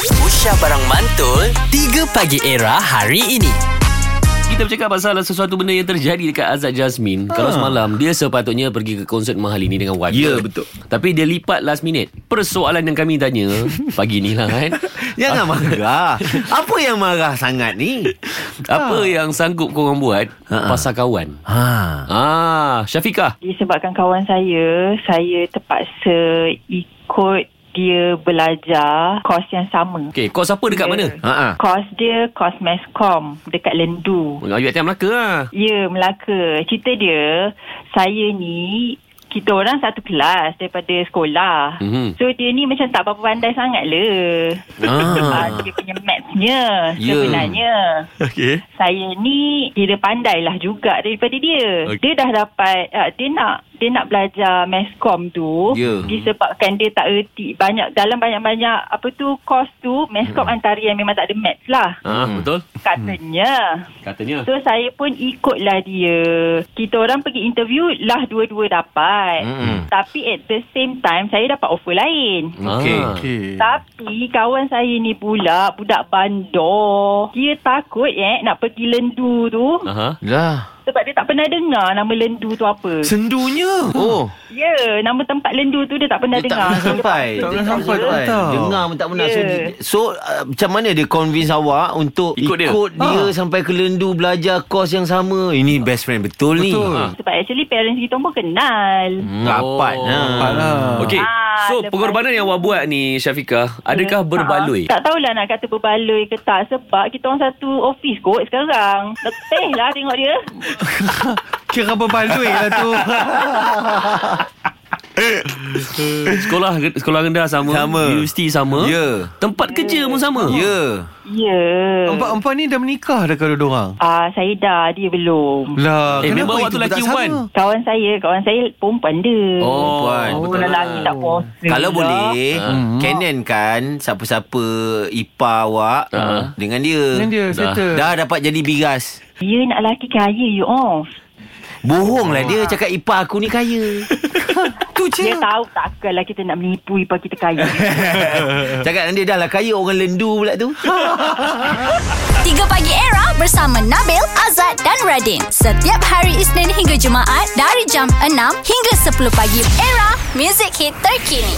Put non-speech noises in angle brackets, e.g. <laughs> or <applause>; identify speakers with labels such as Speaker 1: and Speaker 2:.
Speaker 1: Syah Barang Mantul 3 Pagi Era hari ini
Speaker 2: Kita bercakap pasal sesuatu benda yang terjadi dekat Azad Jasmine. Ha.
Speaker 3: Ah.
Speaker 2: Kalau semalam dia sepatutnya pergi ke konsert mahal ini dengan wife.
Speaker 3: Ya, betul.
Speaker 2: Tapi dia lipat last minute. Persoalan yang kami
Speaker 3: <laughs>
Speaker 2: tanya pagi ni lah kan.
Speaker 3: Jangan marah. Apa yang marah sangat ni? Ah.
Speaker 2: Apa yang sanggup korang buat ha. pasal kawan?
Speaker 3: Ha.
Speaker 2: Ah, Syafiqah.
Speaker 4: Disebabkan kawan saya, saya terpaksa ikut dia belajar kos yang sama.
Speaker 2: Okey, kos apa dekat
Speaker 4: Dia-
Speaker 2: mana?
Speaker 3: Ha ah.
Speaker 4: Kos dia kos meskom dekat Lendu.
Speaker 2: Ayuh Atas Melaka lah.
Speaker 4: Ya, Melaka. Cerita dia, saya ni kita orang satu kelas daripada sekolah.
Speaker 2: Mhm.
Speaker 4: So dia ni macam tak berapa pandai sangat le.
Speaker 2: Ah.
Speaker 4: <laughs> Ah. dia punya mathsnya
Speaker 2: Ya.
Speaker 4: sebenarnya.
Speaker 2: Okey.
Speaker 4: saya ni kira pandailah juga daripada dia.
Speaker 2: Okey.
Speaker 4: Okay. Dia dah dapat uh, dia nak dia nak belajar meskom tu
Speaker 3: Ya.
Speaker 4: disebabkan dia tak erti banyak dalam banyak-banyak apa tu course tu meskom hmm. antara yang memang tak ada maths lah
Speaker 2: Ah,
Speaker 3: Hmm.
Speaker 2: betul.
Speaker 4: katanya.
Speaker 2: Katanya.
Speaker 4: So saya pun ikutlah dia. Kita orang pergi interview lah dua-dua dapat.
Speaker 3: Mm-mm.
Speaker 4: Tapi at the same time saya dapat offer lain.
Speaker 3: Okey.
Speaker 2: Ah.
Speaker 4: Tapi kawan saya ni pula budak bandar. Dia takut eh nak pergi lendu tu
Speaker 2: Aha.
Speaker 3: Lah.
Speaker 4: sebab dia tak pernah dengar nama lendu tu apa.
Speaker 3: Sendunya. Oh.
Speaker 4: Ya, nama tempat lendu tu dia tak pernah
Speaker 3: Dia tak
Speaker 4: dengar.
Speaker 3: pernah sampai.
Speaker 4: Dia
Speaker 3: Tak
Speaker 4: tak
Speaker 3: pernah
Speaker 4: sampai.
Speaker 3: sampai. Dengar pun tak pernah. So,
Speaker 4: Ya.
Speaker 3: di- so uh, macam mana dia convince awak untuk
Speaker 2: Ikut
Speaker 3: ikut
Speaker 2: dia?
Speaker 3: dia, ikut dia sampai ke lendu belajar kos yang sama? Ini best friend betul, ni.
Speaker 5: Betul.
Speaker 3: Ha.
Speaker 4: Sebab actually parents kita pun kenal.
Speaker 3: Hmm, Rapat.
Speaker 2: Ah. Oh.
Speaker 3: Ha.
Speaker 5: Rapat lah.
Speaker 2: Okey.
Speaker 4: Ah,
Speaker 2: So,
Speaker 4: lepas Ya.
Speaker 2: pengorbanan yang awak buat ni, Syafiqah, adakah berbaloi?
Speaker 4: Tak, tak tahulah nak kata berbaloi ke tak sebab kita orang satu office kot sekarang. Letih lah tengok dia.
Speaker 5: Kira berbaloi lah tu
Speaker 2: Sekolah sekolah rendah sama,
Speaker 3: Sama.
Speaker 2: universiti sama.
Speaker 3: Ya.
Speaker 2: Tempat kerja pun sama.
Speaker 3: Ya.
Speaker 4: Ya.
Speaker 5: Empat-empat ni dah menikah dah kalau dorang
Speaker 4: Ah, saya dah, dia belum.
Speaker 5: Lah
Speaker 2: Eh,
Speaker 5: kenapa
Speaker 2: member awak
Speaker 5: itu
Speaker 2: tu lelaki
Speaker 5: tak sama?
Speaker 2: Wan?
Speaker 4: Kawan saya, kawan saya perempuan dia.
Speaker 2: Oh,
Speaker 3: Perempuan.
Speaker 4: Oh,
Speaker 2: betul lah.
Speaker 4: lelaki tak puas.
Speaker 3: Kalau boleh
Speaker 2: Ha.
Speaker 3: Canon kan Siapa-siapa Ipa awak
Speaker 2: Ha.
Speaker 3: Dengan dia
Speaker 5: Dengan dia
Speaker 2: Dah.
Speaker 5: settle
Speaker 3: Dah dapat jadi bigas
Speaker 4: Dia nak lelaki kaya, you off.
Speaker 3: Bohong lah
Speaker 2: Ah.
Speaker 3: dia Cakap Ipa aku ni kaya Tu
Speaker 4: Dia tahu takkanlah kita nak menipu ipar kita kaya.
Speaker 3: <laughs> Cakap dengan dia Dah lah kaya orang lendu pula tu
Speaker 6: 3 Pagi Era bersama Nabil, Azad dan Radin. Setiap hari Isnin hingga Jumaat dari jam 6 hingga 10 pagi. Era, music hit terkini.